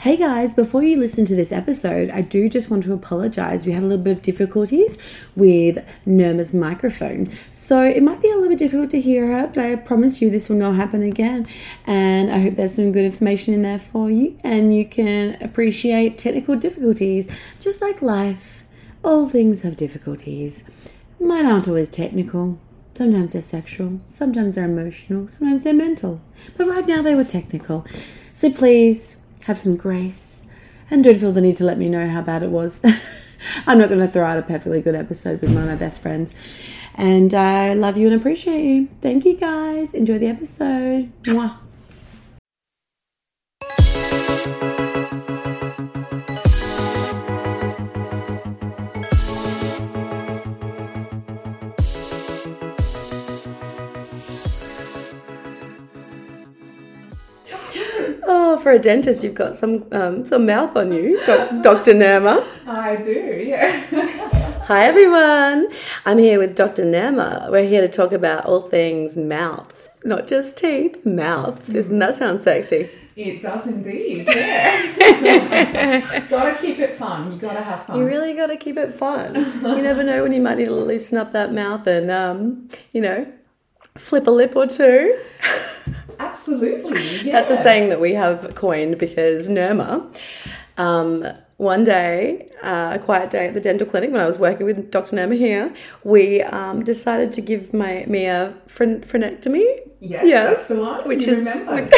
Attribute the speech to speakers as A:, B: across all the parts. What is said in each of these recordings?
A: Hey guys, before you listen to this episode, I do just want to apologize. We had a little bit of difficulties with Nirma's microphone. So it might be a little bit difficult to hear her, but I promise you this will not happen again. And I hope there's some good information in there for you and you can appreciate technical difficulties just like life. All things have difficulties. Mine aren't always technical. Sometimes they're sexual, sometimes they're emotional, sometimes they're mental. But right now they were technical. So please have some grace and don't feel the need to let me know how bad it was. I'm not going to throw out a perfectly good episode with one of my best friends. And I love you and appreciate you. Thank you guys. Enjoy the episode. Mwah. Oh, for a dentist, you've got some um, some mouth on you, Doc- Dr. Nerma.
B: I do, yeah.
A: Hi, everyone. I'm here with Dr. Nerma. We're here to talk about all things mouth, not just teeth, mouth. Doesn't that sound sexy?
B: It does indeed, yeah. gotta keep it fun. You gotta have fun.
A: You really got to keep it fun. You never know when you might need to loosen up that mouth and, um, you know, flip a lip or two.
B: Absolutely. Yeah.
A: That's a saying that we have coined because Nirma, um, one day, uh, a quiet day at the dental clinic when I was working with Dr. Nirma here, we um, decided to give my me a phre- phrenectomy.
B: Yes, that's the one.
A: Which
B: you
A: is
B: remember.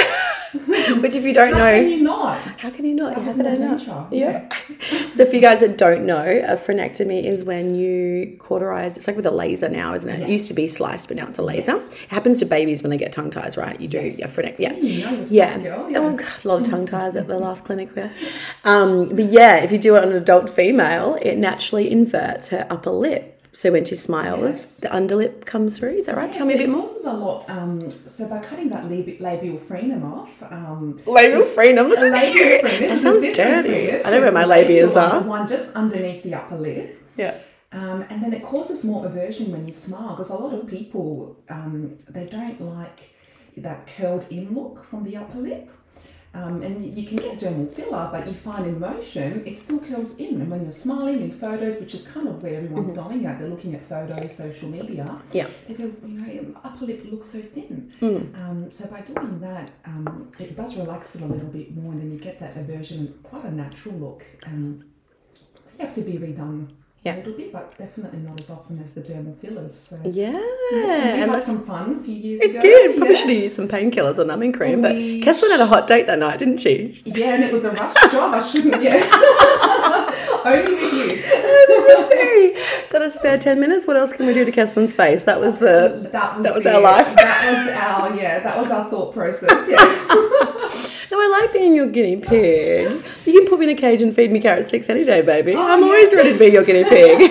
A: which, if you don't
B: How
A: know,
B: can you not?
A: how can you not? How
B: was
A: could
B: an
A: I not?
B: adventure,
A: Yeah. so for you guys that don't know, a phrenectomy is when you cauterize. It's like with a laser now, isn't it? It used to be sliced, but now it's a laser.
B: Yes.
A: It happens to babies when they get tongue ties, right? You do
B: Yes. Mm,
A: a phrenectomy. Yeah.
B: You know, you're a smart
A: yeah.
B: girl,
A: Oh,
B: yeah.
A: God, a lot of tongue ties at the last clinic we were. Um, but yeah, if you do it on an adult female, it naturally inverts her upper lip. So when she smiles,
B: Yes.
A: the underlip comes through. Is that right? Tell me a
B: So
A: bit
B: it
A: more.
B: causes a lot. Um, so by cutting that lab- labial frenum off, um,
A: Labial frenum,
B: a
A: isn't
B: labial
A: it?
B: frenum
A: That
B: is
A: sounds
B: different
A: dirty.
B: frenum.
A: I
B: So
A: know where my
B: it's the
A: labias
B: labial one,
A: are.
B: The one just underneath the upper lip.
A: Yeah.
B: Um, and then it causes more aversion when you smile because a lot of people um, they don't like that curled in look from the upper lip. Um, and you can get dermal filler, but you find in motion it still curls in. And when you're smiling in photos, which is kind of where everyone's going at, they're looking at photos, social media.
A: Yeah.
B: They go, you know, upper lip looks so thin.
A: Hmm.
B: Um, so by doing that, um, it does relax it a little bit more, and then you get that aversion, and quite a natural look. Um, they have to be redone
A: Yeah.
B: a little bit, but definitely not as often as the dermal fillers. So
A: Yeah,
B: we
A: and
B: had
A: that's
B: some fun a few years
A: it
B: ago.
A: did. Probably
B: yeah.
A: should have used some painkillers or numbing cream. But
B: We-
A: Kesslin had a hot date that night, didn't she?
B: Yeah, and it was a rushed job. I shouldn't. Yeah, only with you.
A: Hey, got a spare ten minutes. What else can we do to Kesslin's face? That was the.
B: That was,
A: That was
B: the-
A: our life.
B: That was our yeah. That was our thought process. Yeah.
A: No, I like being your guinea pig. You can put me in a cage and feed me carrot sticks any day, baby.
B: Oh,
A: I'm
B: yeah.
A: always ready to be your guinea pig.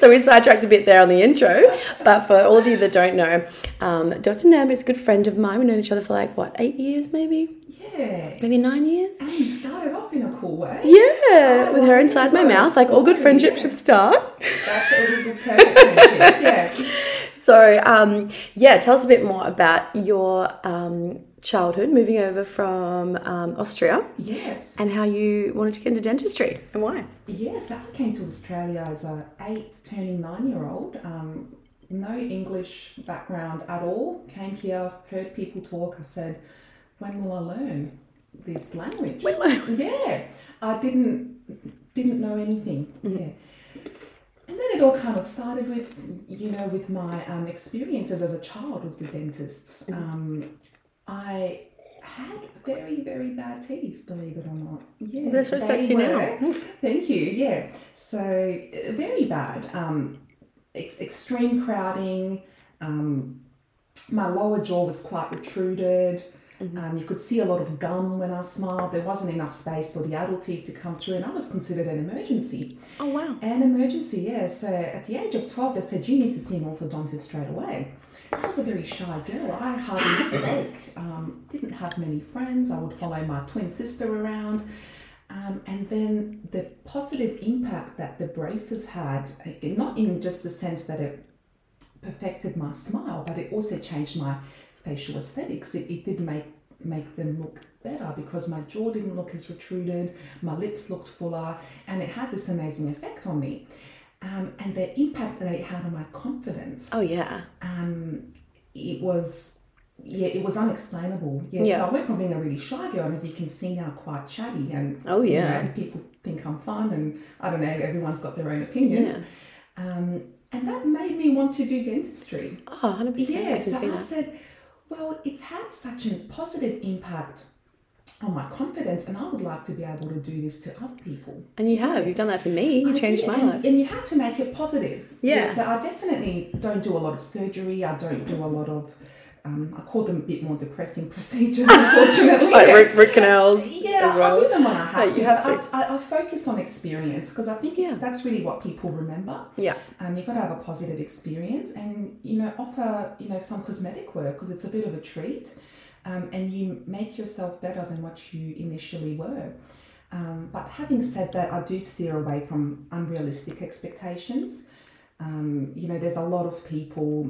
A: so we sidetracked a bit there on the intro, but for all of you that don't know, um, Dr. Nab is a good friend of mine. We've known each other for like what eight years, maybe,
B: yeah.
A: maybe nine years.
B: And you started off in a cool way.
A: Yeah, with her
B: Oh,
A: inside my
B: that's
A: mouth, like all good
B: lovely,
A: friendships
B: yeah.
A: should start.
B: That's a really good perfect friendship. Yeah.
A: So, um, yeah, tell us a bit more about your um, childhood moving over from um, Austria
B: Yes.
A: and how you wanted to get into dentistry and why.
B: Yes, I came to Australia as a eight turning nine year old. Um, no English background at all. Came here, heard people talk. I said, "When will I learn this language?"
A: When will I-
B: yeah, I didn't didn't know anything.
A: Mm.
B: Yeah. And then it all kind of started with, you know, with my um, experiences as a child with the dentists.
A: Mm.
B: Um, I had very, very bad teeth, believe it or not. Yeah,
A: They're so
B: they
A: sexy now.
B: were- Thank you. Yeah. So uh, very bad. Um, ex- extreme crowding. Um, my lower jaw was quite protruded. Um, you could see a lot of gum when I smiled. There wasn't enough space for the adult teeth to come through, and I was considered an emergency.
A: Oh, wow.
B: An emergency, yeah. So at the age of 12, they said, you need to see an orthodontist straight away. I was a very shy girl. I hardly spoke, um, didn't have many friends. I would follow my twin sister around. Um, and then the positive impact that the braces had, uh, not in just the sense that it perfected my smile, but it also changed my facial aesthetics. It, it did make make them look better because my jaw didn't look as protruded, my lips looked fuller, and it had this amazing effect on me. Um, and the impact that it had on my confidence,
A: Oh yeah.
B: um, it was. Yeah, it was unexplainable. Yeah,
A: Yeah.
B: so I went from being a really shy girl, and as you can see now, quite chatty, and
A: Oh
B: you know,
A: yeah.
B: and people think I'm fun, and I don't know, everyone's got their own opinions. Um, and that made me want to do dentistry.
A: Oh, 100 percent. I
B: Yeah,
A: can see
B: so I
A: that.
B: said, well, it's had such a positive impact on my confidence, and I would like to be able to do this to other people.
A: And you have. You've done that to me. You
B: I
A: changed
B: did,
A: my
B: and,
A: life.
B: And you had to make it positive.
A: Yeah.
B: So I definitely don't do a lot of surgery. I don't do a lot of, um, I call them a bit more depressing procedures, unfortunately.
A: Like root, root canals
B: Yeah,
A: as well.
B: I do them when I have
A: Yeah,
B: to.
A: you have
B: but I, I, I focus on experience because I think
A: Yeah.
B: that's really what people remember.
A: Yeah.
B: Um, you've got to have a positive experience, and you know, offer you know some cosmetic work because it's a bit of a treat, um, and you make yourself better than what you initially were. Um, but having said that, I do steer away from unrealistic expectations. Um, you know, there's a lot of people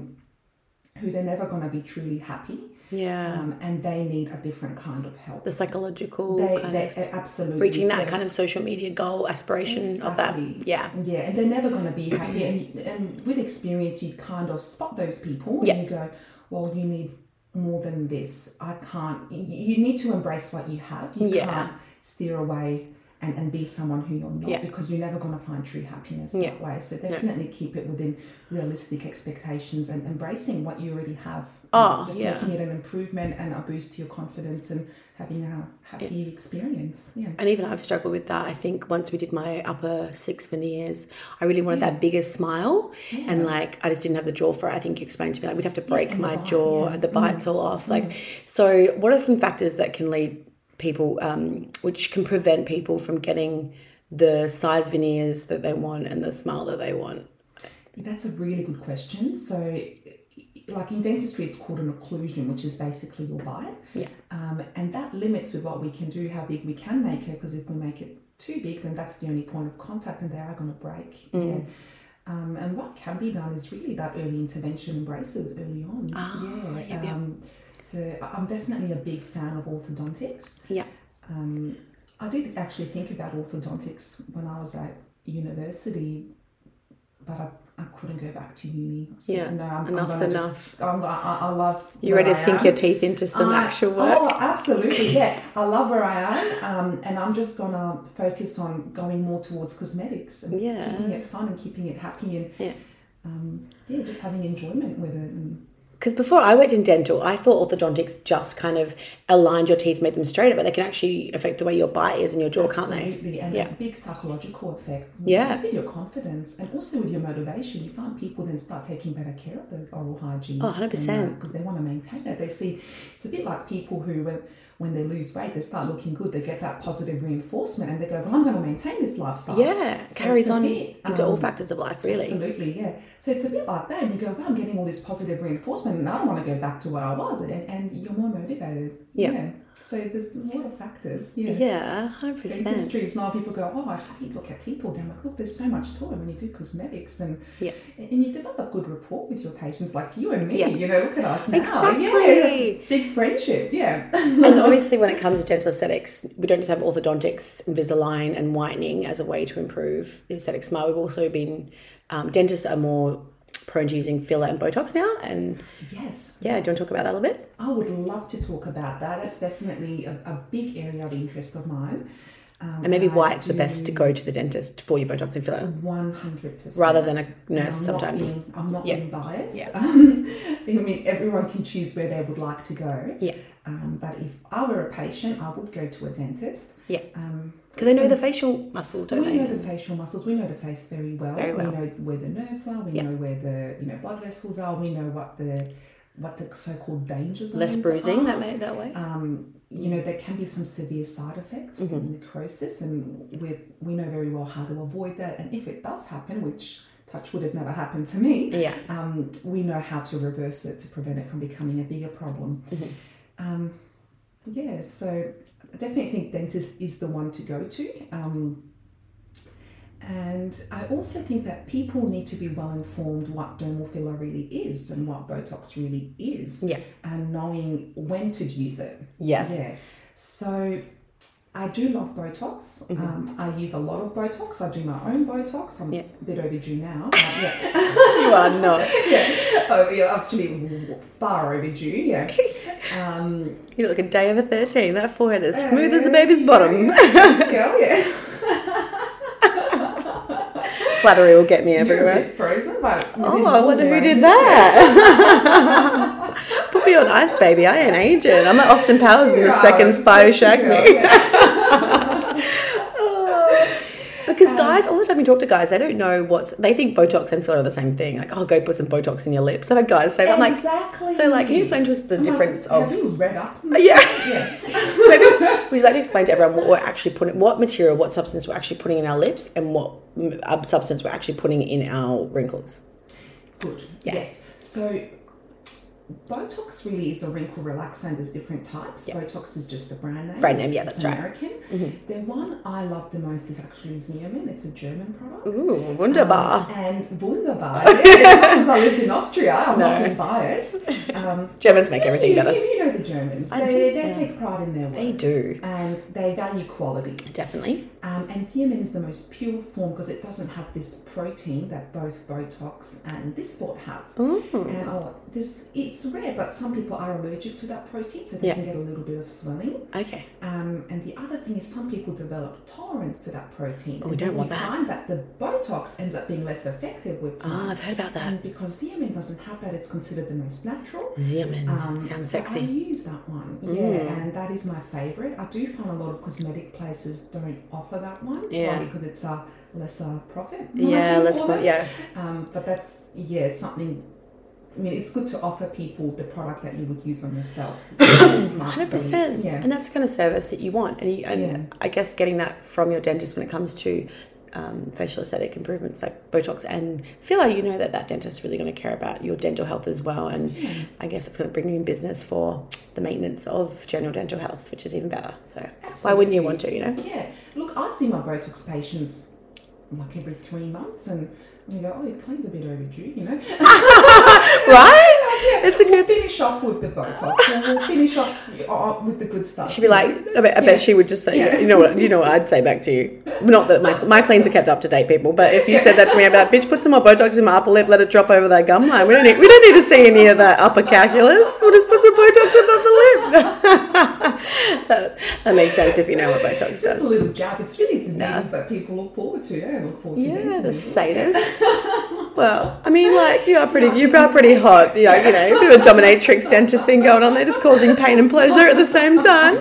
B: who they're never going to be truly happy,
A: Yeah.
B: um, and they need a different kind of help.
A: the psychological
B: They,
A: kind
B: they
A: of
B: absolutely
A: reaching that
B: So-
A: kind of social media goal aspiration of
B: Exactly.
A: that. Yeah.
B: Yeah, and they're never going to be happy. And, and with experience, you kind of spot those people
A: Yeah.
B: and you go, well, you need more than this. I can't. y- You need to embrace what you have. You
A: Yeah.
B: can't steer away and, and be someone who you're not
A: Yeah.
B: because you're never going to find true happiness
A: Yeah.
B: that way. So definitely keep it within realistic expectations and embracing what you already have.
A: Oh,
B: just
A: yeah.
B: making it an improvement and a boost to your confidence and having a happy experience. Yeah.
A: And even I've struggled with that. I think once we did my upper six veneers, I really wanted that bigger smile. And like, I just didn't have the jaw for it. I think you explained to me, like, we'd have to break
B: and the
A: my
B: bite,
A: jaw,
B: yeah. Mm.
A: the bites all off. Like, so what are some factors that can lead people, um, which can prevent people from getting the size veneers that they want and the smile that they want?
B: That's a really good question. So, like in dentistry, it's called an occlusion, which is basically your bite.
A: Yeah.
B: Um, and that limits with what we can do, how big we can make it, because if we make it too big, then that's the only point of contact and they are going to break.
A: Mm.
B: Yeah. Um, and what can be done is really that early intervention and braces early on.
A: Ah,
B: yeah.
A: yep, yep.
B: Um, so, I- I'm definitely a big fan of orthodontics.
A: Yeah.
B: Um, I did actually think about orthodontics when I was at university, but I, I couldn't go back to uni. So,
A: Yeah,
B: no, I'm,
A: enough's
B: I'm gonna
A: enough.
B: Just, I'm, I, I I love.
A: You
B: where
A: ready to
B: I
A: sink
B: am.
A: your teeth into some
B: I-
A: actual work?
B: Oh, absolutely. Yeah, I love where I am, um, and I'm just gonna focus on going more towards cosmetics and
A: Yeah.
B: keeping it fun and keeping it happy and
A: Yeah.
B: um, yeah, just having enjoyment with it. And,
A: Because before I worked in dental, I thought orthodontics just kind of aligned your teeth, made them straighter, but they can actually affect the way your bite is and your jaw, can't
B: Absolutely, and
A: Yeah.
B: a big psychological effect.
A: Yeah.
B: With your confidence and also with your motivation, you find people then start taking better care of their oral hygiene.
A: Oh, 100%.
B: Because they want to maintain it. They see, it's a bit like people who, when, when they lose weight, they start looking good, they get that positive reinforcement and they go, well, I'm going to maintain this lifestyle.
A: they? Yeah,
B: So
A: carries
B: it's a
A: on
B: bit,
A: into all
B: um,
A: factors of life, really.
B: Absolutely, yeah. So it's a bit like that, and you go, "Wow, I'm getting all this positive reinforcement, and I don't want to go back to what I was," and, and you're more motivated.
A: Yeah.
B: So there's a lot of factors. Yeah.
A: Yeah, hundred percent.
B: Industries now people go, oh, I hate look at teeth all day. I'm like, look, there's so much to it when you do cosmetics and
A: Yeah.
B: and you develop good rapport with your patients, like you and me.
A: Yeah.
B: You know, look at us now.
A: Exactly.
B: Yeah, big friendship. Yeah,
A: And obviously, when it comes to dental aesthetics, we don't just have orthodontics, Invisalign, and whitening as a way to improve the aesthetic smile. We've also been um, dentists are more prone to using filler and Botox now. And
B: yes.
A: yeah, do you want to talk about that a little bit?
B: I would love to talk about that. That's definitely a, a big area of interest of mine. Um,
A: And maybe
B: I
A: why it's the
B: do-
A: best to go to the dentist for your Botox and filler.
B: One hundred percent.
A: Rather than a nurse sometimes.
B: Being, I'm not
A: Yeah.
B: being biased.
A: Yeah.
B: Um, I mean, everyone can choose where they would like to go.
A: Yeah.
B: Um, but if I were a patient, I would go to a dentist.
A: Yeah.
B: Um,
A: Because they know the facial muscle, don't
B: we
A: they?
B: know the facial muscles. We know the face very well.
A: Very well.
B: We know where the nerves are. We
A: Yeah.
B: know where the you know blood vessels are. We know what the what the so-called dangers.
A: Less bruising Oh, that may, that way.
B: Um, you know there can be some severe side effects and necrosis, and we we know very well how to avoid that. And if it does happen, which touch wood has never happened to me,
A: Yeah.
B: um, we know how to reverse it to prevent it from becoming a bigger problem. Um, yeah, so I definitely think dentist is the one to go to. Um, And I also think that people need to be well informed what dermal filler really is and what Botox really is,
A: Yeah.
B: and knowing when to use it.
A: Yes.
B: Yeah. So I do love Botox. Um, I use a lot of Botox. I do my own Botox. I'm
A: Mm-hmm. Yeah.
B: a bit overdue now. but yeah.
A: You are not.
B: yeah. Oh, yeah, actually, far overdue. Yeah. Um,
A: You look a day over 13. That forehead is smooth
B: Uh,
A: as a baby's
B: yeah,
A: bottom.
B: yeah, thanks, girl, yeah.
A: Flattery will get me
B: You're a
A: everywhere.
B: bit frozen, but
A: Oh, I wonder who did that. Put me on ice, baby. I ain't aging. I'm at Austin Powers in the second Spy Who Shagged Me. Because guys, all the time you talk to guys, they don't know what's. They think Botox and filler are the same thing. Like, oh, go put some Botox in your lips. I've had guys say that. I'm like,
B: exactly.
A: so like, can you explain to us the
B: I'm like,
A: difference
B: Have
A: of?
B: you read up? on
A: Yeah.
B: this? yeah.
A: So maybe would you like to explain to everyone what we're actually putting, what material, what substance we're actually putting in our lips, and what mm, uh, substance we're actually putting in our wrinkles?
B: Good. Yes. So. Botox really is a wrinkle relaxant. There's different types. Botox is just the brand name.
A: Brand name,
B: It's-
A: yeah, that's
B: it's
A: right. Mm-hmm.
B: American. The one I love the most is actually Xeomin. It's a German product.
A: Ooh, wunderbar.
B: And wunderbar. Yeah, because I lived in Austria, I'm
A: No.
B: not being biased. Um,
A: Germans make everything
B: you,
A: better.
B: You, you know the Germans.
A: I
B: They,
A: do,
B: they
A: yeah.
B: take pride in their work.
A: They do
B: And they value quality.
A: definitely.
B: Um, and CMN is the most pure form because it doesn't have this protein that both Botox and Dysport have.
A: Ooh.
B: And oh, this it's rare, but some people are allergic to that protein, so they
A: Yeah.
B: can get a little bit of swelling.
A: Okay.
B: Um, and the other thing is, some people develop tolerance to that protein.
A: Oh, we
B: And
A: don't
B: then
A: want
B: we
A: that.
B: find that the Botox ends up being less effective with
A: Ah,
B: time.
A: I've heard about that.
B: and because CMN doesn't have that, it's considered the most natural.
A: Xeomin
B: Um,
A: Mm, sounds
B: so I
A: sexy. Mm.
B: use that one. Yeah, and that is my favorite. I do find a lot of cosmetic places don't offer that one. probably
A: Yeah.
B: because it's a lesser profit.
A: Yeah,
B: margin
A: let's
B: for
A: put
B: them.
A: yeah.
B: Um, but that's yeah, it's something. I mean, it's good to offer people the product that you would use on yourself.
A: Hundred
B: Hundred
A: percent,
B: Yeah.
A: and that's the kind of service that you want, and, you, and
B: Yeah.
A: I guess getting that from your dentist when it comes to um, facial aesthetic improvements like Botox and filler, you know that that dentist is really going to care about your dental health as well, and I guess it's going to bring you in business for the maintenance of general dental health, which is even better. So why wouldn't you want to? You know,
B: Yeah. Look, I see my Botox patients like every three months, and we go, "Oh, your clean's a bit overdue," you know.
A: right? It's a
B: we'll
A: good.
B: finish off with the Botox, and we'll finish off uh, with the good stuff.
A: She'd be like, I bet, I bet she would just say,
B: Yeah.
A: you know what, you know what I'd say back to you. Not that my, my cleans are kept up to date, people. But if you said that to me, I'd be like, bitch, put some more Botox in my upper lip, let it drop over that gum line. We don't need, we don't need to see any of that upper calculus. We'll just put some Botox above the lip. that, that makes sense if you know what Botox
B: It's just a
A: does.
B: little jab. It's really the things that people look forward to. Yeah, look forward to
A: Yeah,
B: dental
A: the
B: meetings.
A: sadist. Well, I mean, like you are pretty, you are pretty hot. You know, you know, a bit of a dominatrix dentist thing going on there, just causing pain and pleasure at the same time.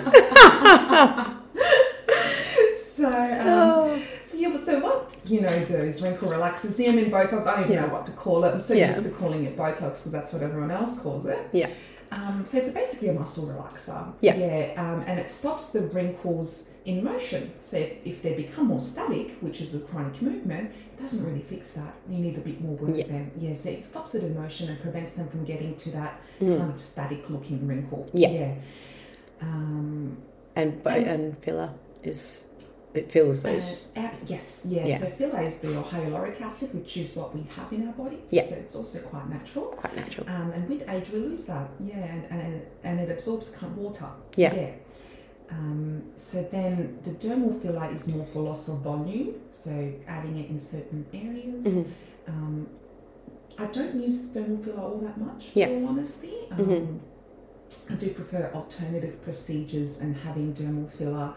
B: So, um,
A: Oh.
B: so yeah, but so what? You know, those wrinkle relaxers, Xeomin Botox. I don't even know what to call it. I'm so
A: Yeah.
B: used to calling it Botox because that's what everyone else calls it.
A: Yeah.
B: Um, so it's basically a muscle relaxer.
A: Yeah.
B: Yeah. Um, and it stops the wrinkles in motion. So if, if they become more static, which is with chronic movement, it doesn't really fix that. You need a bit more work
A: Yeah.
B: then. Yeah. So it stops it in motion and prevents them from getting to that kind of static looking wrinkle.
A: Mm. Yeah.
B: Yeah. Um,
A: and but and filler is it fills those.
B: Uh, uh, yes, yeah.
A: Yeah.
B: So phyla is the hyaluronic acid, which is what we have in our bodies.
A: Yeah.
B: So it's also quite natural.
A: quite natural.
B: Um, and with age, we lose that. Yeah, and, and, and it absorbs kind of water.
A: Yeah.
B: Yeah. Um, so then the dermal filler is more for loss of volume, so adding it in certain areas.
A: Mm-hmm.
B: Um, I don't use dermal filler all that much,
A: Yeah. Mm-hmm.
B: in all honesty. Um, I do prefer alternative procedures and having dermal filler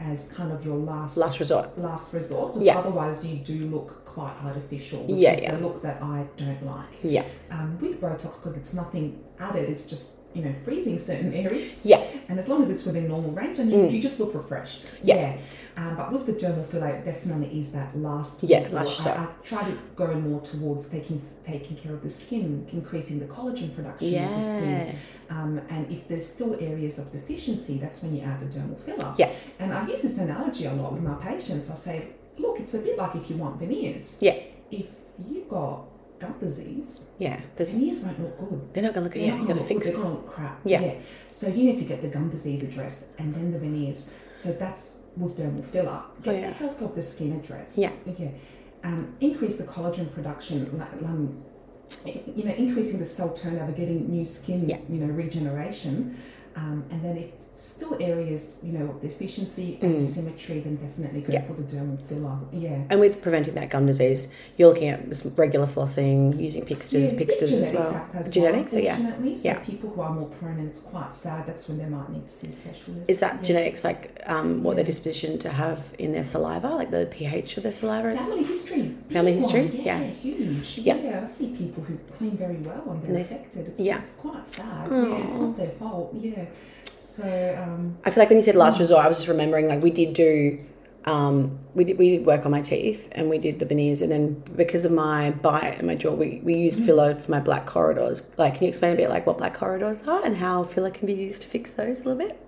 B: as kind of your last
A: Last resort.
B: last resort because
A: Yeah.
B: otherwise you do look quite artificial which
A: Yeah,
B: is
A: yeah.
B: the look that i don't like
A: Yeah.
B: um, with botox because it's nothing added it's just you know freezing certain areas
A: Yeah. Mm.
B: and as long as it's within normal range and you, you just look refreshed
A: Yeah.
B: Um, but with the dermal filler it definitely is that last
A: Yeah,
B: resort.
A: last resort.
B: I, I try to go more towards taking taking care of the skin increasing the collagen production of the
A: Yeah.
B: skin um, and if there's still areas of deficiency, that's when you add the dermal filler.
A: Yeah.
B: And I use this analogy a lot with my patients. I say, look, it's a bit like if you want veneers.
A: Yeah.
B: If you've got gut disease,
A: Yeah.
B: the
A: There's,
B: ears won't look good.
A: they're not going to look.
B: They're
A: Yeah,
B: not
A: you got
B: gonna
A: to
B: look-
A: fix.
B: They're going to look crap.
A: Yeah.
B: So you need to get the gum disease addressed and then the veneers. So that's with dermal filler. Get
A: Oh, yeah.
B: the health of the skin addressed.
A: Yeah.
B: Yeah. Um, increase the collagen production. like, Um, you know, increasing the cell turnover, getting new skin,
A: Yeah.
B: you know, regeneration, um, and then if still areas, you know, of deficiency and symmetry, then definitely go
A: Mm. Yeah.
B: for the dermal filler. Yeah.
A: And with preventing that gum disease, you're looking at just regular flossing, using pixtures,
B: Yeah,
A: pixtures as
B: genetic
A: well.
B: factor as
A: Genetics,
B: well,
A: yeah.
B: Fortunately, so
A: Yeah.
B: people who are more prone, and it's quite sad. That's when they might need to see a specialist.
A: Is that
B: Yeah.
A: genetics like um, what they're dispositioned to have in their saliva, like the pH of their saliva?
B: Family history. big
A: Family
B: one,
A: history,
B: Yeah,
A: yeah.
B: huge.
A: Yeah.
B: Yeah. I see people who clean very well and they're
A: And they s-
B: affected. It's,
A: yeah.
B: it's quite sad. Yeah, it's not their fault. Yeah. So, um,
A: I feel like when you said last resort, I was just remembering like we did do, um, we did we did work on my teeth and we did the veneers, and then because of my bite and my jaw, we, we used filler for my black corridors. Like, can you explain a bit like what black corridors are and how filler can be used to fix those a little bit?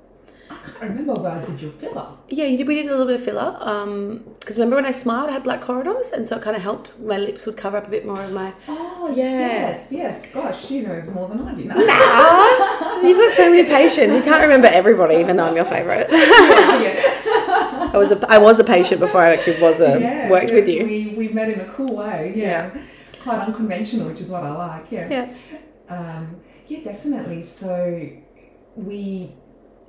B: I can't remember where I did your filler.
A: Yeah, you did, we did a little bit of filler. Um, because remember when I smiled, I had black corridors, and so it kind of helped. My lips would cover up a bit more of my.
B: Oh,
A: Yes.
B: yes. Yes. Gosh, she knows more than I do.
A: You've got so many patients. You can't remember everybody, even though I'm your favorite. I
B: yeah.
A: was a I was a patient before I actually was a
B: Yes,
A: worked with
B: yes,
A: you.
B: We, we met in a cool way. Yeah. Quite unconventional, which is what I like. Yeah.
A: Yeah.
B: Um, yeah, definitely. So, we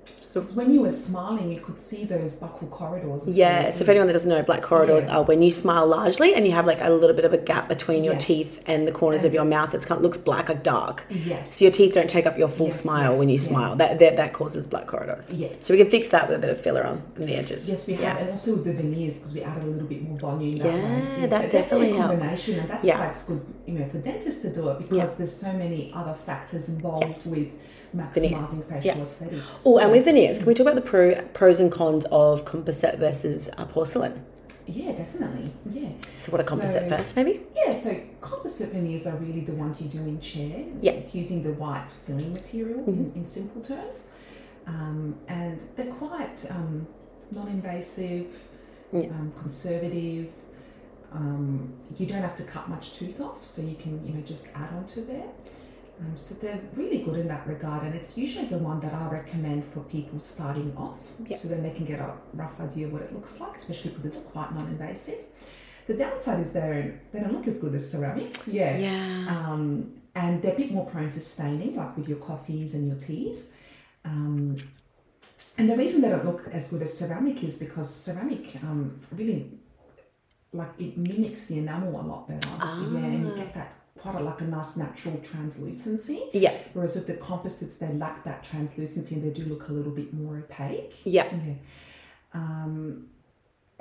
A: So
B: Because when you were smiling, you could see those buckle corridors. as
A: Yeah,
B: well.
A: so if anyone that doesn't know, black corridors
B: Yeah.
A: are when you smile largely and you have like a little bit of a gap between your
B: Yes.
A: teeth and the corners of
B: And-
A: your mouth. It's kind of looks black, like dark.
B: Yes.
A: So your teeth don't take up your full
B: Yes,
A: smile when you
B: yes, yeah.
A: smile. That, that that causes black corridors.
B: Yeah.
A: So we can fix that with a bit of filler on the edges.
B: Yes, we have, and also with the veneers because we added a little bit more volume. that
A: Yeah,
B: way.
A: that definitely
B: a
A: helped.
B: combination, and that's
A: Yeah.
B: why it's good, you know, for dentists to do it because there's so many other factors involved with maximizing facial
A: Yeah.
B: aesthetics.
A: Oh, and with veneers, can we talk about the pro, pros and cons of composite versus uh, porcelain?
B: yeah, definitely, yeah.
A: So what a composite
B: So-
A: first, maybe?
B: Yeah, so composite veneers are really the ones you do in chair.
A: Yeah. Mm-hmm.
B: It's using the white filling material in, in simple terms. Um, and they're quite um, non invasive,
A: Yeah.
B: um, conservative. Um, you don't have to cut much tooth off, so you can you know just add onto there. Um, so they're really good in that regard, and it's usually the one that I recommend for people starting off,
A: Yeah.
B: so then they can get a rough idea what it looks like, especially because it's quite non-invasive. The downside is they're they don't look as good as ceramic. Yeah.
A: Yeah.
B: Um, and they're a bit more prone to staining, like with your coffees and your teas. Um, and the reason they don't look as good as ceramic is because ceramic um, really like it mimics the enamel a lot better.
A: Ah.
B: Yeah, and you get that quite a, like a nice natural translucency.
A: Yeah.
B: Whereas with the composites, they lack that translucency and they do look a little bit more opaque.
A: Yeah.
B: Yeah. Um,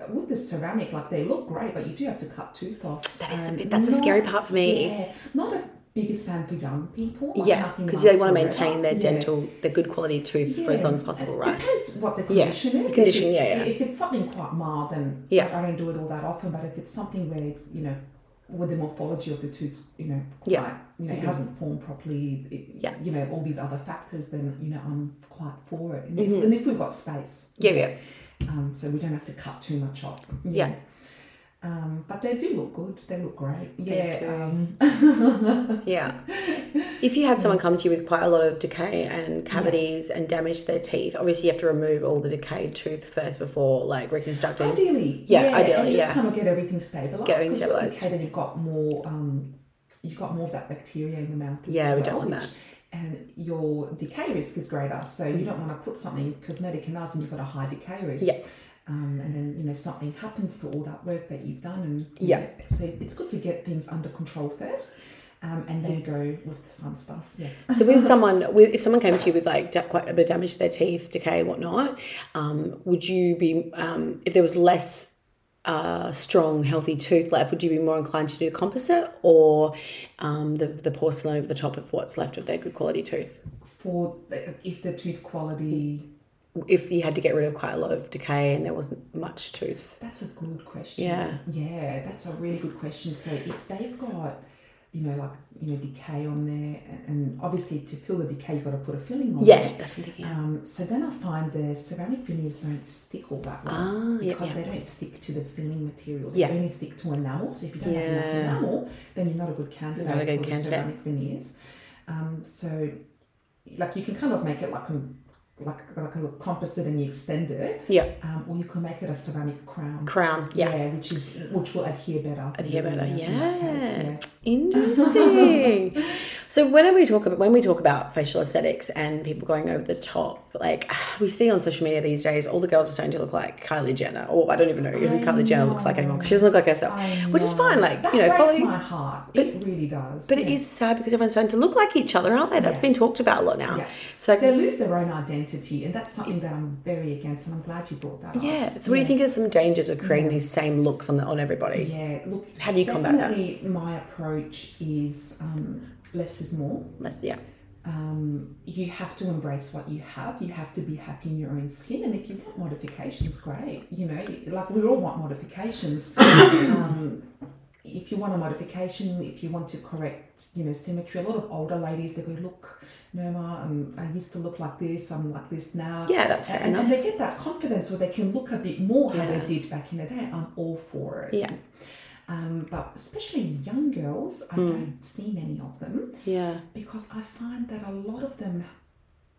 B: with the ceramic, like they look great, but you do have to cut tooth off.
A: That is a
B: and
A: bit- that's the scary
B: not-
A: part for me.
B: Yeah, not a biggest fan for young people. like
A: Yeah,
B: nothing
A: because they
B: lasts
A: want to
B: forever.
A: maintain their
B: Yeah.
A: dental, their good quality tooth for as
B: Yeah.
A: long as possible,
B: It
A: right?
B: Depends what the
A: Yeah,
B: condition is.
A: the condition,
B: if it's,
A: yeah, yeah.
B: If it's something quite mild, then
A: Yeah.
B: I don't do it all that often. But if it's something where it's you know, with the morphology of the tooth, you know, quite,
A: Yeah.
B: you know, it hasn't formed properly. It,
A: Yeah.
B: you know, all these other factors, then you know, I'm quite for it. And, if, and if we've got space,
A: Mm-hmm. Yeah, yeah.
B: um, so we don't have to cut too much off.
A: Yeah.
B: Um, but they do look good. They look great.
A: They
B: Yeah.
A: do.
B: Um,
A: Yeah. If you had someone come to you with quite a lot of decay and cavities and damage to their teeth, obviously you have to remove all the decayed tooth first before like reconstructing.
B: ideally.
A: Yeah,
B: and
A: ideally,
B: just
A: yeah.
B: kind of get everything stabilized.
A: Get everything
B: 'cause with
A: stabilised.
B: decay, Then you've got more. Um, you've got more of that bacteria in the mouth. as
A: Yeah, we
B: well,
A: don't want
B: which-
A: that.
B: And your decay risk is greater, so you don't want to put something cosmetic in us, and you've got a high decay risk.
A: Yeah.
B: Um, and then you know something happens to all that work that you've done, and you
A: Yeah.
B: know, so it's good to get things under control first, um, and then go with the fun stuff. Yeah.
A: So with someone, with if someone came to you with like da- quite a bit of damage to their teeth, decay, whatnot, um, would you be um, if there was less uh, strong, healthy tooth left, would you be more inclined to do composite or um, the the porcelain over the top of what's left of their good quality tooth?
B: for the, if the tooth quality
A: If you had to get rid of quite a lot of decay and there wasn't much tooth.
B: that's a good question
A: Yeah.
B: yeah that's a really good question so if they've got you know, like you know, decay on there, and- and obviously to fill the decay, you've got to put a filling on.
A: Yeah,
B: there.
A: that's what I'm thinking.
B: Um, so then I find the ceramic veneers don't stick all that well
A: Ah, yeah,
B: because
A: yeah.
B: they don't stick to the filling materials.
A: Yeah.
B: They only stick to enamel. So if you don't have
A: Yeah.
B: enough enamel, then you're not a good candidate
A: Not a good
B: for
A: candidate.
B: the ceramic veneers. Um, so, like you can kind of make it like a like like a little composite and you extend it,
A: Yeah,
B: um, or you can make it a ceramic crown.
A: crown. Yeah,
B: which is which will adhere better.
A: adhere better.
B: in that case,
A: Yeah, interesting. so when we talk about when we talk about facial aesthetics and people going over the top, like we see on social media these days, all the girls are starting to look like Kylie Jenner, or I don't even know who
B: I
A: Kylie Jenner looks like
B: know.
A: anymore because she doesn't look like herself,
B: I
A: which is
B: know.
A: fine. Like
B: that
A: you know,
B: breaks
A: follow.
B: my heart. it really does.
A: But it is sad because everyone's starting to look like each other, aren't they? That's been
B: Yes.
A: talked about a lot now.
B: Yeah.
A: So
B: they lose their own identity, and that's something that I'm very against. And I'm glad you brought that up.
A: yeah. So what do you think are some dangers of creating these same looks on the, on everybody?
B: Yeah, look.
A: How do you combat that?
B: definitely My approach is um, less is more.
A: That's yeah.
B: Um, you have to embrace what you have. You have to be happy in your own skin, and if you want modifications, great. You know, like we all want modifications. um, if you want a modification, if you want to correct, you know, symmetry, a lot of older ladies they go, look, Noma, um, I used to look like this. I'm like this now.
A: Yeah, that's fair
B: and,
A: enough.
B: and they get that confidence where they can look a bit more how
A: Yeah.
B: they did back in the day. I'm all for it.
A: Yeah.
B: Um, but especially young girls, I
A: Hmm.
B: don't see many of them
A: Yeah.
B: because I find that a lot of them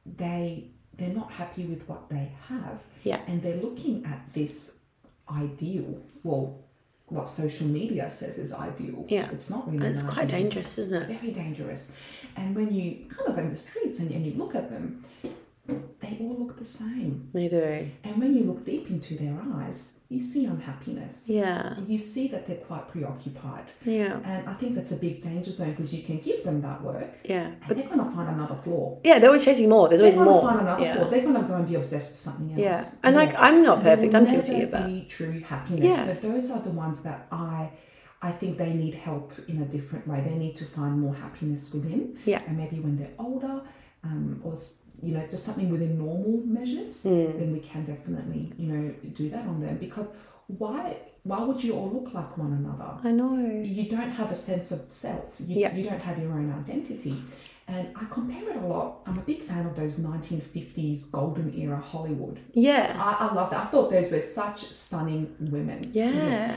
B: they they're not happy with what they have.
A: Yeah.
B: And they're looking at this ideal. Well, what social media says is ideal.
A: Yeah.
B: It's not really
A: And it's
B: an
A: quite
B: ideal
A: dangerous, isn't it?
B: very dangerous. And when you kind of in the streets and, and you look at them, they all look the same.
A: They do.
B: And when you look deep into their eyes, you see unhappiness.
A: Yeah.
B: You see that they're quite preoccupied.
A: Yeah.
B: And I think that's a big danger zone because you can give them that work
A: Yeah.
B: and they're going to find another flaw.
A: Yeah, they're always chasing more. There's
B: They're
A: always
B: going to
A: more.
B: find another
A: yeah.
B: flaw. They're going to go and be obsessed with something else.
A: Yeah. And like I'm not
B: There
A: perfect.
B: will
A: I'm guilty
B: never
A: of that.
B: Be true happiness.
A: Yeah.
B: So those are the ones that I, I think they need help in a different way. They need to find more happiness within.
A: Yeah.
B: And maybe when they're older, um, or s- you know, just something within normal measures,
A: Hmm.
B: then we can definitely you know do that on them because why why would you all look like one another?
A: I know.
B: you don't have a sense of self. You,
A: Yeah.
B: you don't have your own identity. And I compare it a lot. I'm a big fan of those 1950s golden era Hollywood.
A: Yeah.
B: I, I love that. I thought those were such stunning women.
A: Yeah.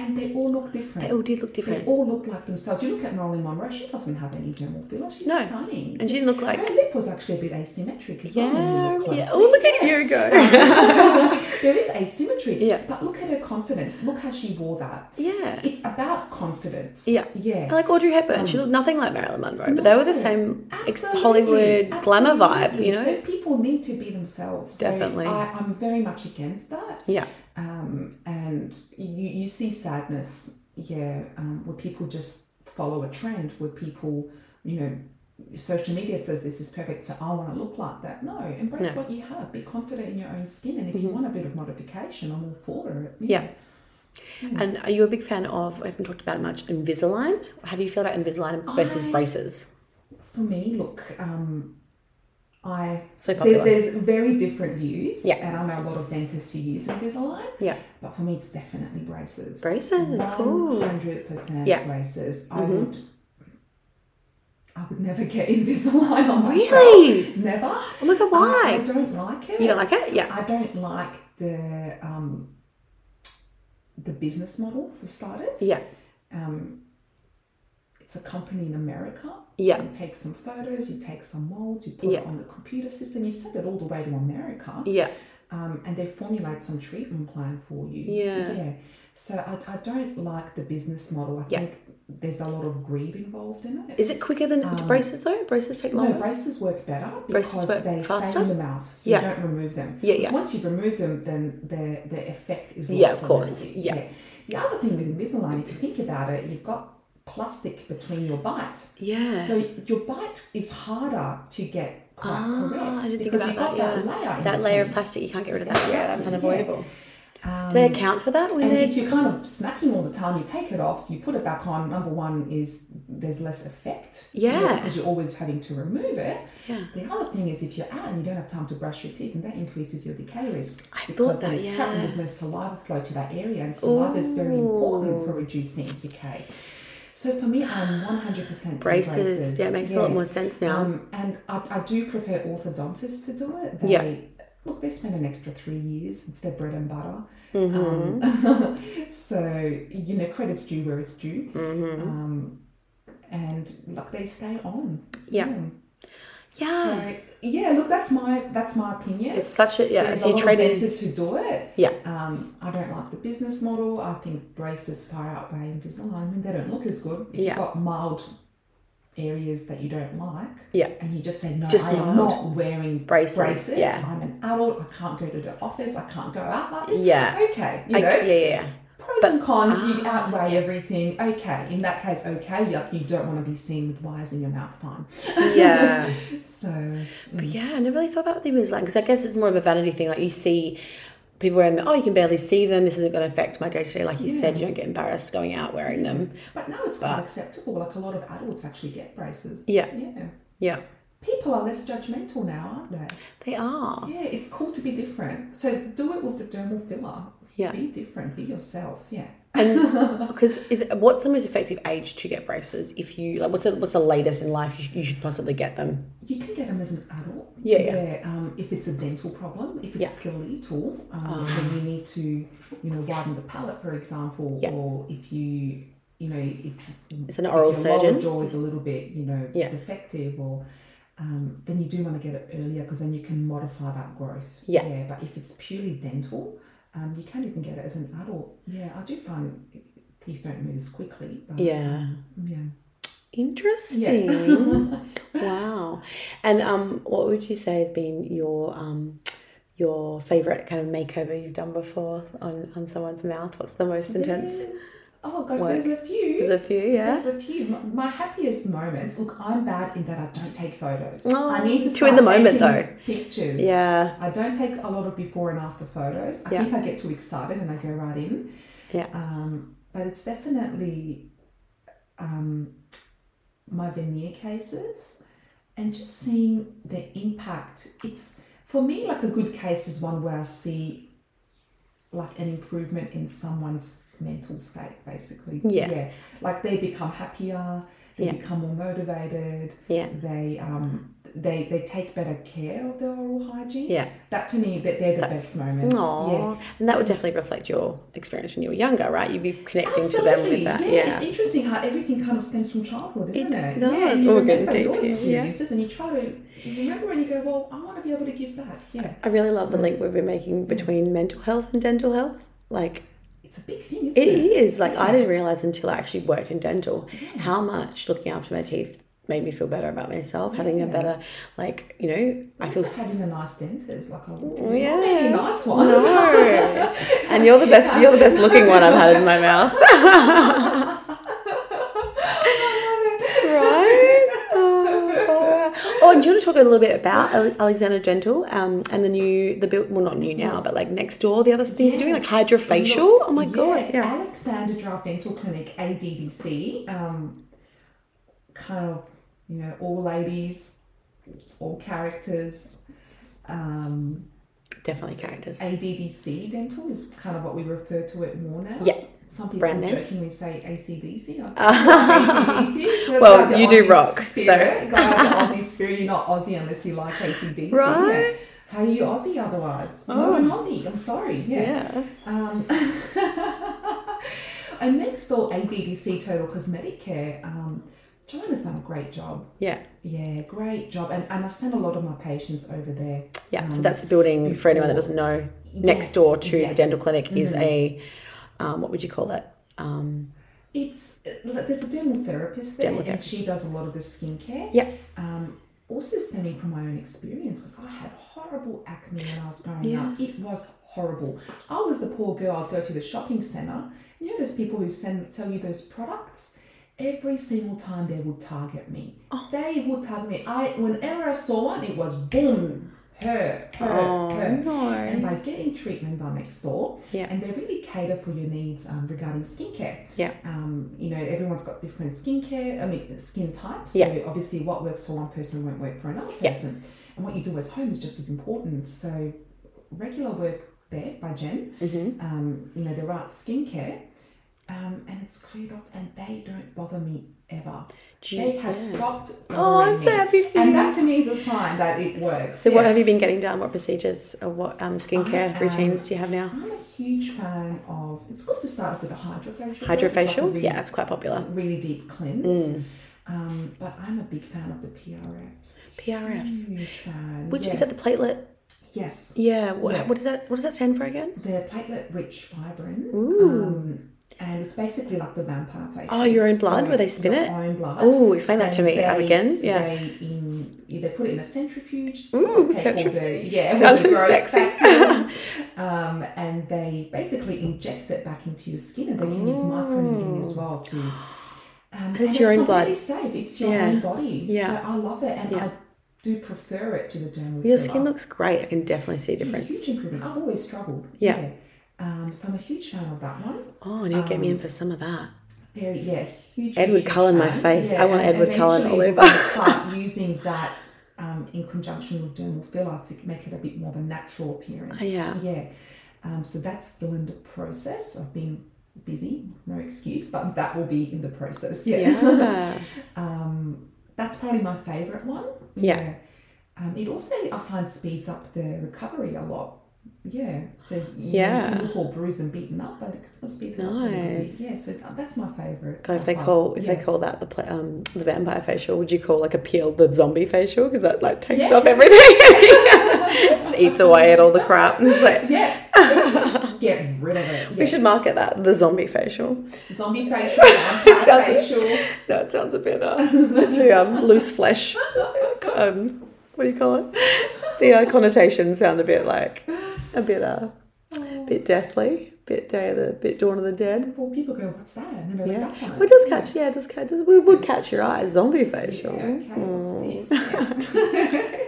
B: And they all look different.
A: They all did look different.
B: They all look like themselves. You look at Marilyn Monroe, she doesn't have any dermal filler. She's
A: No.
B: stunning.
A: And she didn't look like
B: Her lip was actually a bit asymmetric as
A: Yeah.
B: well. when you look
A: yeah.
B: closely.
A: Oh look at you go.
B: There is asymmetry.
A: Yeah.
B: But look at her confidence. Look how she wore that.
A: yeah.
B: It's about confidence.
A: Yeah.
B: Yeah.
A: Like Audrey Hepburn, she looked nothing like Marilyn Monroe, but they were the
B: No,
A: same ex-
B: Absolutely,
A: Hollywood glamour vibe,
B: absolutely.
A: you know?
B: So people need to be themselves. So
A: Definitely.
B: I, I'm very much against that.
A: yeah.
B: Um, and you, you see sadness, yeah, um, where people just follow a trend, where people, you know, social media says this is perfect, so I want to look like that. No, embrace what you have. Be confident in your own skin, and if you want a bit of modification, I'm all for it.
A: Mm-hmm. Yeah.
B: Mm.
A: And are you a big fan of, I haven't talked about it much, Invisalign? How do you feel about Invisalign versus
B: I-
A: braces?
B: For me, look, um, I
A: So
B: there,
A: popular.
B: there's very different views,
A: Yeah.
B: and I know a lot of dentists who use Invisalign.
A: Yeah.
B: But for me, it's definitely braces.
A: Braces, cool.
B: Hundred percent
A: Yeah. Mm-hmm.
B: braces. I would. I would never get Invisalign on myself.
A: Really?
B: Never.
A: Oh my god,
B: I, I
A: why?
B: don't like it.
A: You don't like it? Yeah.
B: I don't like the um, the business model for starters.
A: Yeah.
B: Um, it's a company in America.
A: Yeah.
B: You take some photos, you take some molds, you put
A: Yeah.
B: it on the computer system, you send it all the way to America,
A: Yeah.
B: um, and they formulate some treatment plan for you.
A: Yeah.
B: Yeah. So I, I don't like the business model. I
A: Yeah.
B: think there's a lot of greed involved in it.
A: Is it quicker than braces though? Braces take
B: Um, No,
A: longer?
B: braces work better because
A: Braces work
B: they
A: faster?
B: stay in the mouth, so
A: Yeah.
B: you don't remove them.
A: Yeah,
B: 'Cause
A: yeah.
B: Once you've removed them, then the the effect is less
A: Yeah, of
B: than
A: course.
B: it would be.
A: Yeah.
B: The other thing with Invisalign, if you think about it, you've got plastic between your bite,
A: yeah.
B: so your bite is harder to get quite
A: Ah,
B: correct
A: I didn't think
B: because
A: about
B: you've got
A: that,
B: that
A: yeah.
B: layer. in
A: that layer of
B: between.
A: plastic, you can't get rid of that. Yeah, that's
B: Exactly,
A: unavoidable.
B: Um,
A: Do they account for that when
B: and
A: they're
B: if you're kind of snacking all the time, you take it off, you put it back on. Number one is there's less effect.
A: Yeah.
B: Because you're always having to remove it.
A: Yeah.
B: The other thing is if you're out and you don't have time to brush your teeth, and that increases your decay risk.
A: I
B: because
A: thought
B: then
A: that,
B: it's trapped and
A: yeah.
B: There's no saliva flow to that area, and saliva is very
A: Ooh.
B: important for reducing decay. So for me, I'm 100%
A: braces. Yeah, it makes a lot
B: Yeah.
A: more sense now.
B: Um, and I, I do prefer orthodontists to do it. They,
A: Yeah.
B: Look, they spend an extra three years. It's their bread and butter.
A: Mm-hmm.
B: Um, so, you know, credit's due where it's due.
A: Mm-hmm.
B: Um, and like they stay on.
A: Yeah. yeah.
B: So, yeah, look, that's my that's my opinion.
A: it's such a yeah.
B: There's
A: So
B: a
A: you're
B: lot of
A: trading.
B: dentists who do it.
A: Yeah.
B: Um, I don't like the business model. I think braces far outweigh Invisalign. oh, I mean, they don't look as good. If
A: Yeah.
B: You've got mild areas that you don't like.
A: Yeah.
B: And you just say no.
A: Just
B: I
A: mild.
B: am not wearing
A: Braces,
B: braces.
A: yeah.
B: I'm an adult. I can't go to the office. I can't go out like this.
A: Yeah.
B: Okay. You
A: I,
B: know.
A: yeah, yeah, Ah. yeah.
B: Pros and cons. you outweigh everything. Okay. In that case, okay. Yep. You don't want to be seen with wires in your mouth. Fine.
A: Yeah.
B: So.
A: But yeah, I never really thought about the Invisalign because I guess it's more of a vanity thing. Like you see people wearing them, oh, you can barely see them. This isn't going to affect my day to day. Like you said, you don't get embarrassed going out wearing them.
B: But now it's quite acceptable. Like a lot of adults actually get braces.
A: Yeah.
B: Yeah.
A: Yeah,
B: People are less judgmental now, aren't they?
A: they are.
B: Yeah, it's cool to be different. So do it with the dermal filler.
A: Yeah.
B: Be different. Be yourself. Yeah.
A: Because is what's the most effective age to get braces? If you like, what's the, what's the latest in life you, sh- you should possibly get them?
B: You can get them as an adult.
A: Yeah, yeah.
B: um, if it's a dental problem, if it's
A: Yeah. Ah.
B: skeletal, um, then you need to, you know, widen the palate, for example,
A: Yeah.
B: or if you, you know, if
A: It's an oral
B: if your lower
A: surgeon.
B: jaw is a little bit, you know,
A: Yeah.
B: defective or um, then you do want to get it earlier because then you can modify that growth.
A: Yeah.
B: Yeah. But if it's purely dental, um, you can even get it as an adult. Yeah, I do find teeth don't move as quickly. But,
A: Yeah.
B: Yeah.
A: Interesting. wow. And um, what would you say has been your um, your favorite kind of makeover you've done before on on someone's mouth? What's the most intense?
B: There's- Oh gosh,
A: Work.
B: there's a few.
A: There's a few, yeah.
B: There's a few. My, my happiest moments. Look, I'm bad in that I don't take photos.
A: Oh,
B: I need to
A: two in
B: start
A: the moment,
B: taking Pictures.
A: Yeah,
B: I don't take a lot of before and after photos. I
A: Yeah.
B: think I get too excited and I go right in.
A: Yeah.
B: Um, but it's definitely um, my veneer cases and just seeing the impact. It's for me like a good case is one where I see like an improvement in someone's mental state basically.
A: Yeah.
B: Like they become happier, they
A: Yeah.
B: become more motivated,
A: yeah,
B: they um they they take better care of their oral hygiene.
A: yeah.
B: That to me, that they're the best moments.
A: Aww. And that would definitely reflect your experience when you were younger, right? You'd be
B: Yeah.
A: connecting
B: Absolutely.
A: to them with that. Yeah.
B: It's interesting how everything kind of stems from childhood, isn't
A: It
B: it?
A: does.
B: Yeah, and you
A: All good
B: remember
A: deep,
B: your
A: yeah.
B: experiences and you try to you remember and you go, well, I want to be able to give back. Yeah.
A: I really love the link we've been making between mental health and dental health. Like
B: It's a big thing, isn't
A: it
B: it?
A: is. Like I didn't realize until I actually worked in dental how much looking after my teeth made me feel better about myself, having a better like, you know, I feel
B: Just having a nice dentist, like, oh, there's
A: yeah.
B: not many nice ones.
A: No. and you're the best you're the best looking one I've had in my mouth. right? Oh, oh, and do you want to talk a little bit about Ale- Alexander Gentle um, and the new the build well not new now but like next door the other things you're doing like
B: Yes.
A: hydrofacial
B: Look,
A: oh my god yeah
B: Alexander Draft Dental Clinic, ADDC, um, kind of, you know, all ladies, all characters. Um,
A: definitely characters
B: ADDC dental is kind of what we refer to it more now.
A: Yeah.
B: Some people
A: Brand name.
B: jokingly say ACDC. I think it's ACDC.
A: Well,
B: Got the
A: you do
B: Aussie
A: rock, so-
B: Spirit. So. Got the Aussie spirit. You're not Aussie unless you like ACDC. yeah.
A: Right. Oh.
B: How are you Aussie otherwise? No, I'm Aussie. I'm sorry.
A: yeah
B: Um, and next door, ADDC Total Cosmetic Care. Um, Joanna's done a great job.
A: yeah
B: Yeah, great job. And, and I send a lot of my patients over there.
A: yeah so
B: Um,
A: that's the building for anyone that
B: before-
A: doesn't know next
B: Yes,
A: door to
B: yeah. Mm-hmm.
A: the dental clinic is a um, what would you call it um,
B: It's uh, there's a dental therapist there,
A: Dental
B: and
A: therapist.
B: she does a lot of the skincare.
A: Yeah.
B: Um, also stemming from my own experience because I had horrible acne when I was growing
A: Yeah.
B: up. It was horrible. I was the poor girl. I'd go to the shopping center. You know, there's people who send sell you those products. Every single time they would target me.
A: Oh.
B: They would target me. I whenever I saw one, it was boom, her, her, her and
A: Oh, no
B: by getting treatment done next door
A: Yeah.
B: and they really cater for your needs um, regarding skincare
A: Yeah.
B: um, you know everyone's got different skincare i mean skin types
A: Yeah.
B: so obviously what works for one person won't work for another
A: Yeah.
B: person and what you do at home is just as important so
A: Mm-hmm.
B: regular work there by jen um, you know the right skincare um, and it's cleared off, and they don't bother me ever.
A: Do you-
B: They have
A: yeah.
B: stopped.
A: Oh, I'm
B: bothering
A: so
B: me.
A: happy for
B: And
A: you.
B: that to me is a sign that it works.
A: So, what
B: Yeah. Oh,
A: have you been getting done? What procedures or what um, skincare
B: um, I am-
A: routines do you have now?
B: I'm a huge fan of. It's good to start off with a hydrofacial. first. It's like a
A: Hydrofacial?
B: really-
A: Yeah, it's quite popular.
B: Really deep cleanse.
A: Mm.
B: Um, but I'm a big fan of the PRF.
A: PRF,
B: Huge fan.
A: which
B: Mm, yeah.
A: is that the platelet?
B: Yes,
A: Yeah. What,
B: Yeah.
A: what does that What does that stand for again?
B: the platelet-rich fibrin.
A: Ooh.
B: Um, and it's basically like the vampire facial.
A: Oh, your own blood where they spin
B: your
A: it?
B: Own blood.
A: Oh, explain that to
B: And
A: me um,
B: they-
A: again. Yeah.
B: They, in, they put it in a centrifuge.
A: Ooh,
B: they take all
A: centrifuge.
B: The, yeah, all
A: Sounds
B: the
A: so
B: growth
A: sexy.
B: factors, um, and they basically inject it back into your skin, and they can use microneedling as well to. Um, and
A: it's your own
B: completely
A: blood.
B: safe. It's your
A: Yeah.
B: own body.
A: Yeah.
B: So I love it, and
A: Yeah.
B: I do prefer it to the dermal.
A: Your
B: filler.
A: skin looks great. I can definitely see a
B: A
A: difference.
B: Huge improvement. I've always struggled.
A: Yeah.
B: Um, so I'm a huge fan of that one.
A: Oh, and you get me
B: Um,
A: in for some of that.
B: Very, yeah, huge.
A: Edward
B: huge
A: Cullen, my
B: fan.
A: face. I want
B: and
A: Edward Cullen all
B: eventually
A: over.
B: we're gonna Start using that um, in conjunction with dermal fillers to make it a bit more of a natural appearance.
A: Oh, Yeah.
B: Yeah. Um, so that's still in the process. I've been busy, no excuse, but that will be in the process.
A: Yeah.
B: um, that's probably my favorite one.
A: Yeah.
B: Um, it also I find speeds up the recovery a lot. Yeah. So you,
A: Yeah.
B: you can look all bruised and beaten up, but it kind of speeds it up. a little bit.
A: Nice.
B: Yeah. So that- that's my favorite.
A: God, if they
B: Uh,
A: call if
B: yeah.
A: they call that the pla- um, the vampire facial, would you call like a peel the zombie facial because that like takes
B: Yeah.
A: off everything, just eats away at all the crap. And it's like,
B: yeah, get rid of it.
A: We
B: Yeah.
A: should market that the zombie facial.
B: Zombie facial, vampire
A: Sounds-
B: facial.
A: That sounds a bit uh, to um, loose flesh. Um, what do you call it? The uh, connotations sound a bit like a bit uh, bit deathly, bit day of the bit dawn of the dead.
B: Well, people go, what's that? And then they're
A: Yeah,
B: like, that
A: well, it does catch. Yeah, it does catch. We would catch your eye. Zombie
B: Yeah,
A: facial. Hmm.
B: okay, what's this? Yeah.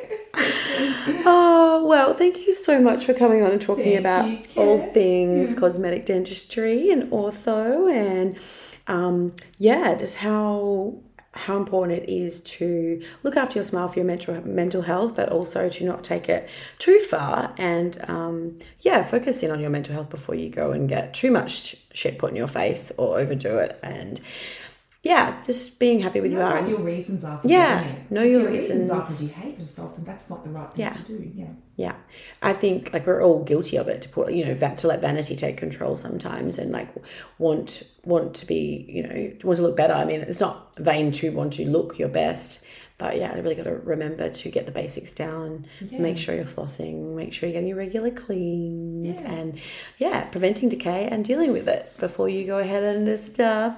A: Oh, well, thank you so much for coming on and talking
B: Thank
A: about
B: you,
A: all
B: Cass.
A: things cosmetic dentistry and ortho and um, yeah, just how how important it is to look after your smile for your mental mental health, but also to not take it too far and um, yeah, focus in on your mental health before you go and get too much shit put in your face or overdo it and yeah, just being happy with
B: You
A: you
B: know
A: are.
B: what
A: and-
B: your reasons are for
A: Yeah,
B: doing it.
A: know
B: If
A: your
B: reasons. are
A: reasons.
B: because you hate yourself, then that's not the right thing
A: Yeah.
B: to do. Yeah.
A: Yeah, I think like we're all guilty of it to put you know va- to let vanity take control sometimes and like want want to be you know want to look better. I mean, it's not vain to want to look your best, but yeah, I really got to remember to get the basics down. Make sure you're flossing. Make sure you're getting your regular cleans
B: Yeah.
A: and yeah, preventing decay and dealing with it before you go ahead and just uh,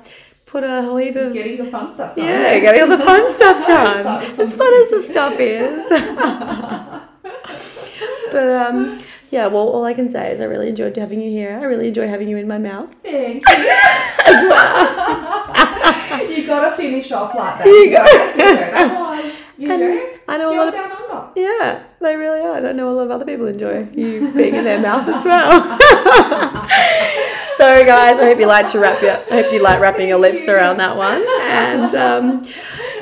A: put a whole heap of
B: Getting the fun stuff done.
A: yeah, getting all the fun stuff done.
B: Fun stuff.
A: As fun as the stuff is. but um, yeah, well, all I can say is I really enjoyed having you here. I really enjoy having you in my mouth.
B: Thank you. you gotta finish off like that. You gotta do it. Otherwise, you
A: And
B: know,
A: I know a lot of-
B: skills out under.
A: Yeah, they really are. And I know a lot of other people enjoy you being in their mouth as well. so, guys, I hope you like to wrap your, I hope you like wrapping your lips around that one. And um,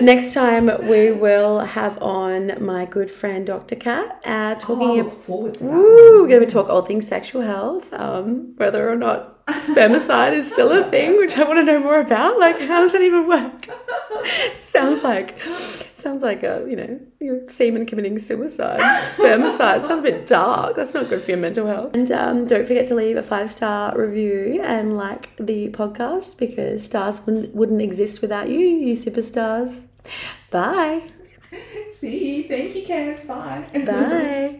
A: next time we will have on my good friend Dr. Kat uh,
B: Oh, I
A: talking. about
B: look forward to that.
A: Ooh, we're going to talk all things sexual health, um, whether or not spermicide is still a thing, which I want to know more about. Like, how does that even work? sounds like, sounds like a you know, your semen committing suicide. Spermicide sounds a bit dark. That's not good for your mental health. And um, don't forget to leave a five star review and like the podcast because stars wouldn't wouldn't exist without you, you superstars. Bye,
B: See, thank you, Cass. Bye.
A: bye.